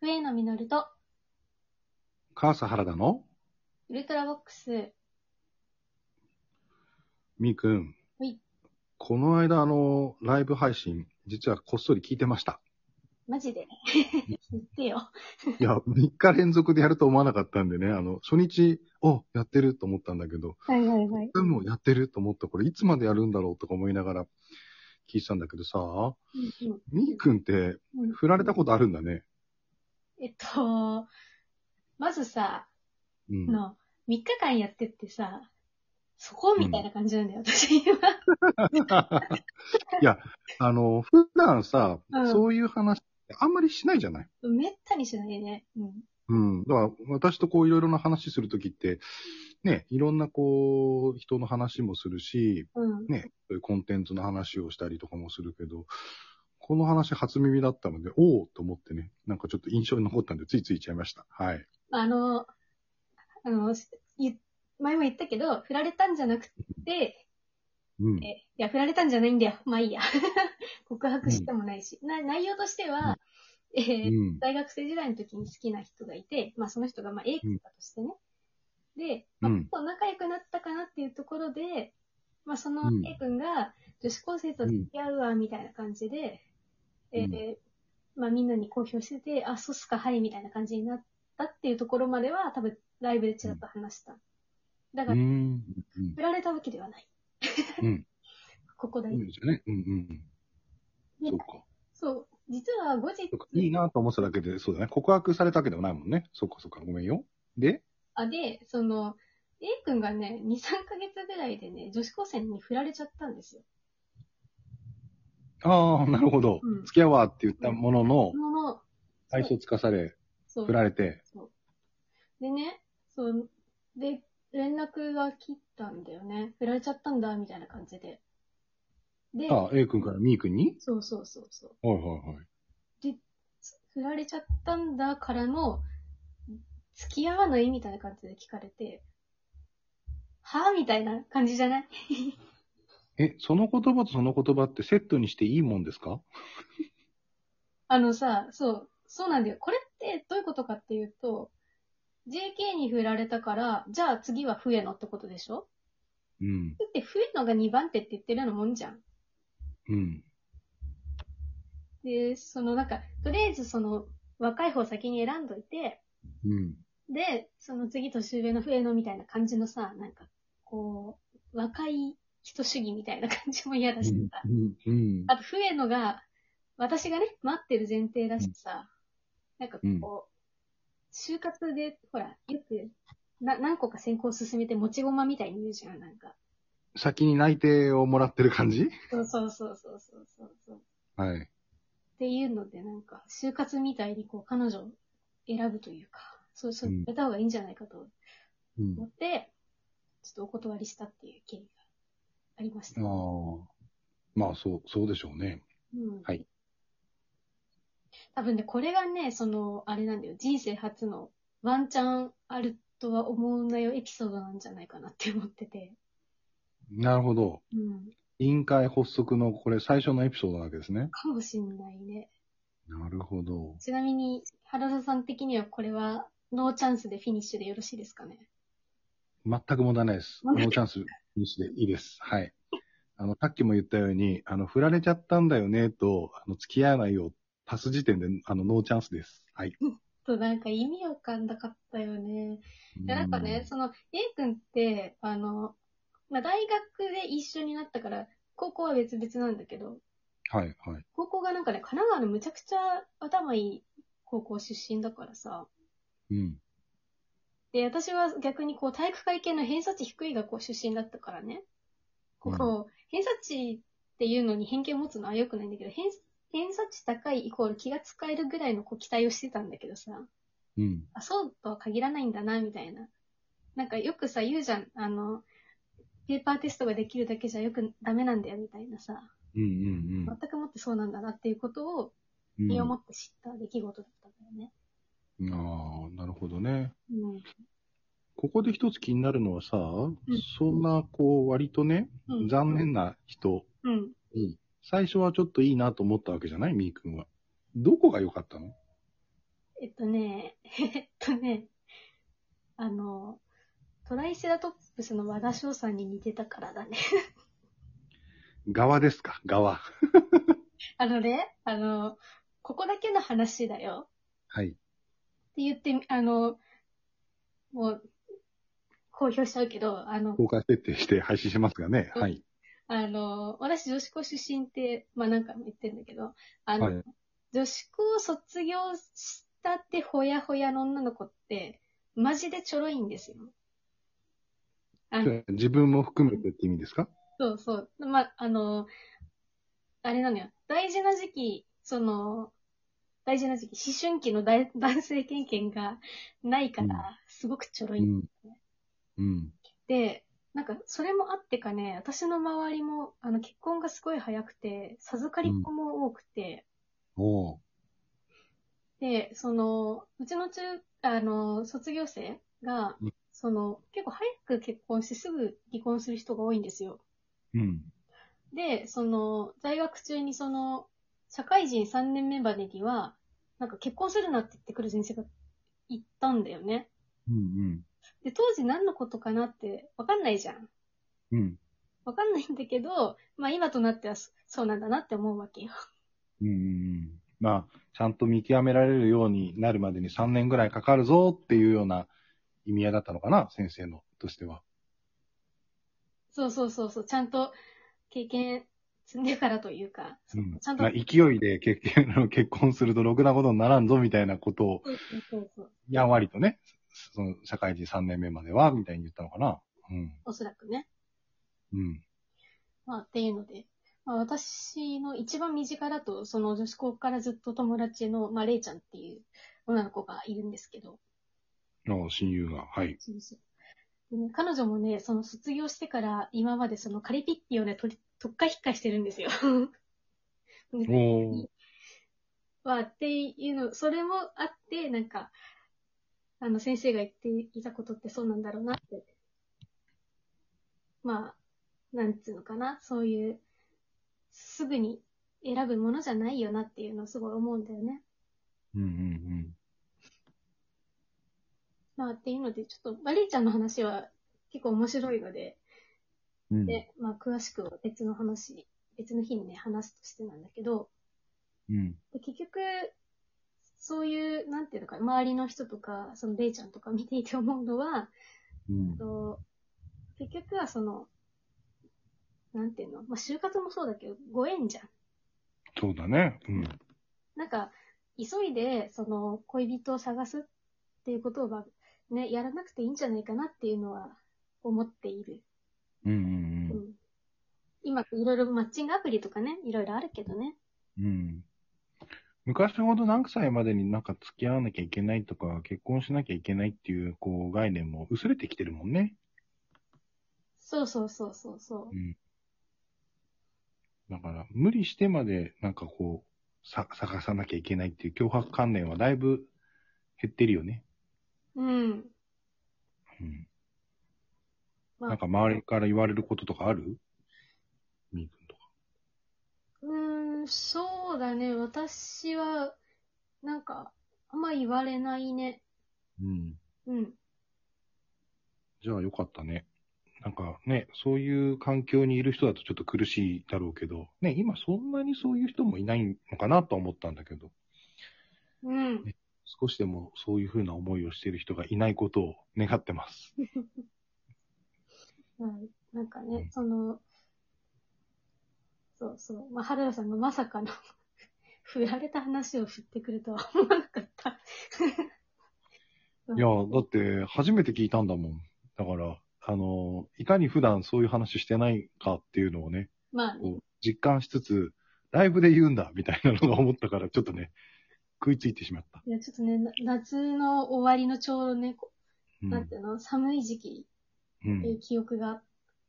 笛野実と川瀬原田のウルトラボックス。みーくん。はいこの間、あの、ライブ配信、実はこっそり聞いてました。マジで。言ってよ。いや、3日連続でやると思わなかったんでね、あの、初日、お、やってると思ったんだけど、はいはいはい。でもやってると思った、これいつまでやるんだろうとか思いながら聞いてたんだけどさ、うんみーくんって、うん振られたことあるんだね。えっと、まずさ、うん。の、3日間やってってさ、そこみたいな感じなんだよ、私今。 いや、あの、普段さ、うんそういう話ってあんまりしないじゃないめったにしないね。うん。うん。だから、私とこういろいろな話するときって、ね、いろんなこう、人の話もするし、うん。ね、そういうコンテンツの話をしたりとかもするけど、この話初耳だったので、おおと思ってね、なんかちょっと印象に残ったんで、ついつい言っちゃいました。はい。あの、あの、い前も言ったけど、振られたんじゃなくて、うん。え、いや、振られたんじゃないんだよ。まあいいや。 告白してもないし。な内容としては、えうーん。大学生時代の時に好きな人がいて、まあその人がまあ A 君だとしてね。で、まあ、うんこう仲良くなったかなっていうところで、まあそのうん A 君が女子高生と付き合うわみたいな感じで、うんえーまあみんなに公表してて、あ、そうっすか、はいみたいな感じになったっていうところまでは多分ライブでちらっと話した。だうから、ん。うん振られたわけではない。うん。 ここだいけいですよね。うんうんうん。そうか。そう。実は後日そうか。いいなと思ってただけで、そうだね。告白されたわけでもないもんね。そうかそうか。ごめんよ。で、あで、その、A 君がね、2、3ヶ月ぐらいでね、女子高生に振られちゃったんですよ。ああ、なるほど。うん付き合うわって言ったもののそ、の、愛想つかされ、そう振。られて、そうでね、そう、で、連絡が切ったんだよね。振られちゃったんだ、みたいな感じで。で、ああ、A 君から B 君にそうそうそうそう。はいはいはい。振られちゃったんだからの、付き合わないみたいな感じで聞かれて、はぁみたいな感じじゃないえ、その言葉とその言葉ってセットにしていいもんですかあのさ、そう、そうなんだよ。これってどういうことかっていうと、JK に振られたから、じゃあ次は笛野ってことでしょうん。だって笛野が2番手って言ってるようなもんじゃん。うん。で、そのなんか、とりあえずその若い方先に選んどいて、うん。で、その次年上の笛野みたいな感じのさ、なんか、こう、若い人主義みたいな感じも嫌だしさ。うん。あと、笛野が、私がね、待ってる前提だしさ、なんかこう、就活で、ほら、よく、な、何個か選考進めて持ち駒みたいに言うじゃん、なんか。先に内定をもらってる感じそうそうそうそうそうそうそう。っはい。ていうので、なんか、就活みたいにこう、彼女を選ぶというか、そう、そう、うんやった方がいいんじゃないかとうん。思って、ちょっとお断りしたっていう経緯がありました。うん。ああ。まあそう、そうでしょうね。はい。多分ね、これがね、その、あれなんだよ、人生初のワンチャンあるとは思うんだよエピソードなんじゃないかなって思ってて。なるほど。うん。委員会発足のこれ最初のエピソードなわけですね。かもしんないね。なるほど。ちなみに、原田さん的にはこれは、ノーチャンスでフィニッシュでよろしいですかね。全く問題ないです。問ノ題ーチャンスにしていいです。はい。あの、さっきも言ったように、あの、振られちゃったんだよねと、あの、付き合わないよ、足す時点で、あの、ノーチャンスです。はい。と、なんか意味わかんなかったよね。いや、なんかね、その、A 君って、あの、まあ、大学で一緒になったから、高校は別々なんだけど、うん。はい、はい。高校がなんかね、神奈川のむちゃくちゃ頭いい高校出身だからさ、うん。で、私は逆にこう体育会系の偏差値低い学校出身だったからね。こう、偏差値っていうのに偏見を持つのは良くないんだけど、偏偏差値高いイコール気が使えるぐらいのこう期待をしてたんだけどさ、うん。あ、そうとは限らないんだな、みたいな。なんかよくさ、言うじゃん。あの、ペーパーテストができるだけじゃよくダメなんだよ、みたいなさ。うんうん全くもってそうなんだなっていうことをうん。身をもって知った出来事だったんだよね。うんああ、なるほどね。うん。ここで一つ気になるのはさ、んそんな、こう、割とね、うん残念な人、うん。最初はちょっといいなと思ったわけじゃないみーくんは。どこが良かったのえっとね、 えっとね、あの、トライセラトップスの和田翔さんに似てたからだね。 側ですか側。あのね、あの、ここだけの話だよ。はい。って言って、あの、もう、公表しちゃうけど、あの、公開設定して配信しますがね。はい。あの、私女子校出身って、まあ何回も言ってるんだけど、あの、はい。女子校卒業したってほやほやの女の子って、マジでちょろいんですよ。あの、自分も含めてって意味ですかそうそう。まあ、あの、あれなのよ。大事な時期、その、大事な時期、思春期の大 男性経験がないかうんら、すごくちょろうい。ん。うん。で、なんか、それもあってかね、私の周りも、あの、結婚がすごい早くて、授かりっ子も多くて、おーで、その、うちの中、あの、卒業生がうん、その、結構早く結婚してすぐ離婚する人が多いんですよ。うん。で、その、在学中にその、社会人3年目までには、なんか結婚するなって言ってくる先生が言ったんだよね。うん。で、当時何のことかなってわかんないじゃん。うん。うん。わかんないんだけど、まあ今となってはそそうなんだなって思うわけよ。うんうんうんまあ、ちゃんと見極められるようになるまでに3年ぐらいかかるぞっていうような意味合いだったのかな、先生のとしては。そうそうそうそう、ちゃんと経験積んでからというか、そうちゃんとまあ、、勢いで結婚 結婚するとろくなことにならんぞみたいなことを、そうそうそう、やんわりとね、その社会人3年目までは、みたいに言ったのかな。うん。おそらくね。うん。まあっていうので、まあ私の一番身近だと、その女子校からずっと友達の、まあ、れいちゃんっていう女の子がいるんですけど、の親友が、はい。そうそうでね彼女もね、その卒業してから今までそのカリピッピをね、取り、とっかひっかしてるんですよ。 おーは、っていうの、それもあって、なんか、あの、先生が言っていたことってそうなんだろうなって。まあ、なんつうのかな、そういう、すぐに選ぶものじゃないよなっていうのをすごい思うんだよね。うんうんまあ、っていうので、ちょっと、マリーちゃんの話は結構面白いので、うん。うん。で、まあ、詳しくは別の話、別の日にね、話すとしてなんだけど、うん。で結局、そういう、なんていうのか、周りの人とか、その、レイちゃんとか見ていて思うのは、うん。と結局はその、なんていうの、まあ、就活もそうだけど、ご縁じゃん。そうだね。うん。なんか、急いで、その、恋人を探すっていうことは、ね、やらなくていいんじゃないかなっていうのは思っている。うんううんん。今、いろいろマッチングアプリとかね、いろいろあるけどね。うん。うん。昔ほど何歳までになんか付き合わなきゃいけないとか、結婚しなきゃいけないっていう、こう、概念も薄れてきてるもんね。そうそうそうそうそうう。ん。だから、無理してまで、なんかこう、さ、探さなきゃいけないっていう脅迫観念はだいぶ減ってるよね。うん。うん。まあなんか周りから言われることとかあるみーくんとか。うーん、そうだね。私は、なんか、あんま言われないね。うん。うん。じゃあよかったね。なんかね、そういう環境にいる人だとちょっと苦しいだろうけど、ね、今そんなにそういう人もいないのかなとは思ったんだけど、うん。少しでもそういうふうな思いをしている人がいないことを願ってます。はい。なんかうねん、その、そうそう。まあ、原田さんがまさかの、 振られた話を振ってくるとは思わなかった。いや、だって、初めて聞いたんだもん。だから、あの、いかに普段そういう話してないかっていうのをね、 まあね、こう、実感しつつ、ライブで言うんだ、みたいなのが思ったから、ちょっとね、食いついてしまった。いや、ちょっとね、な夏の終わりのちょうどね、こうん。なんていうの、寒い時期う。っていうん記憶が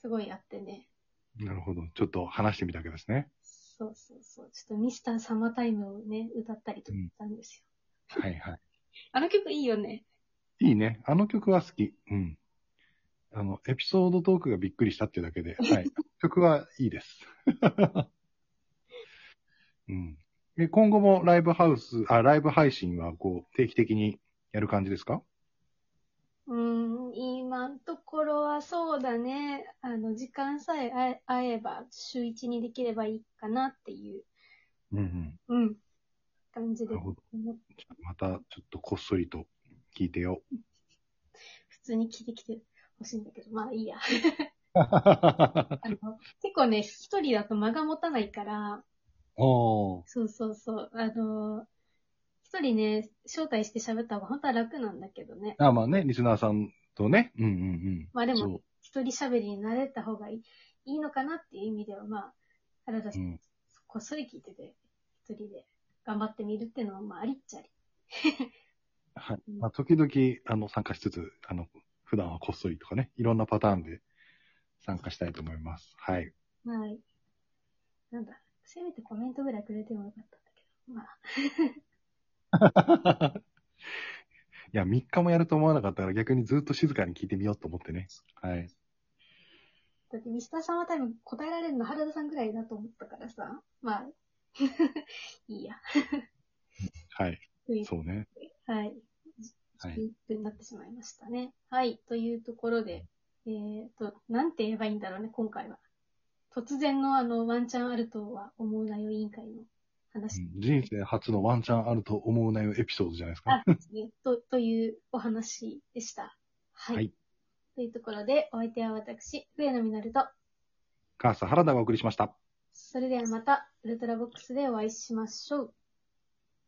すごいあってね。なるほど。ちょっと話してみたわけですね。そうそうそう。ちょっとミスターサマータイムをね、歌ったりとかしたんですよ。はいはあの曲いいよね。い。いいね。あの曲は好き。うん。あの、エピソードトークがびっくりしたっていうだ けで、はい。曲はいいです。うん。え今後もライブハウス、あ、ライブ配信はこう、定期的にやる感じですかうーん、今のところはそうだね。あの、時間さえ合え合えば、週一にできればいいかなっていう、うんうん。うん、感じでなるほど。思っじゃあまた、ちょっとこっそりと聞いて よ。普通に聞いてきてほしいんだけど、まあいいや。あ あの、結構ね、一人だと間が持たないから、ーそうそうそう、あの、一人ね、招待して喋った方が本当は楽なんだけどね。あ。まあね、リスナーさんとね。うんうんまあうでん。も、そ一人喋りに慣れた方がいいいいのかなっていう意味では、まあ、原田う。さ、うんん。こっそり聞いてて、一人で頑張ってみるっていうのは、まあ、ありっちゃあり。はい。うんまあ、時々、あの、参加しつつ、あの、普段はこっそりとかね、いろんなパターンで参加したいと思います。はい。 はい。なんだ、せめてコメントぐらいくれてもよかったんだけど、まあ、いや、3日もやると思わなかったから、逆にずっと静かに聞いてみようと思ってね。はい。だって、ミスターさんは多分答えられるの原田さんぐらいだと思ったからさ、まあ、 いいや。はい。というそうね。はい。はい11分になってしまいましたね。はい。というところで、えっ、と、なんて言えばいいんだろうね、今回は。突然のあの、ワンチャンあるとは思うなよ委員会の話うん人生初のワンチャンあると思うなよエピソードじゃないですか。あ、ですね。と、というお話でした。はい。はいというところで、お相手は私、上野実と、母さん、原田がお送りしました。それではまた、ウルトラボックスでお会いしましょう。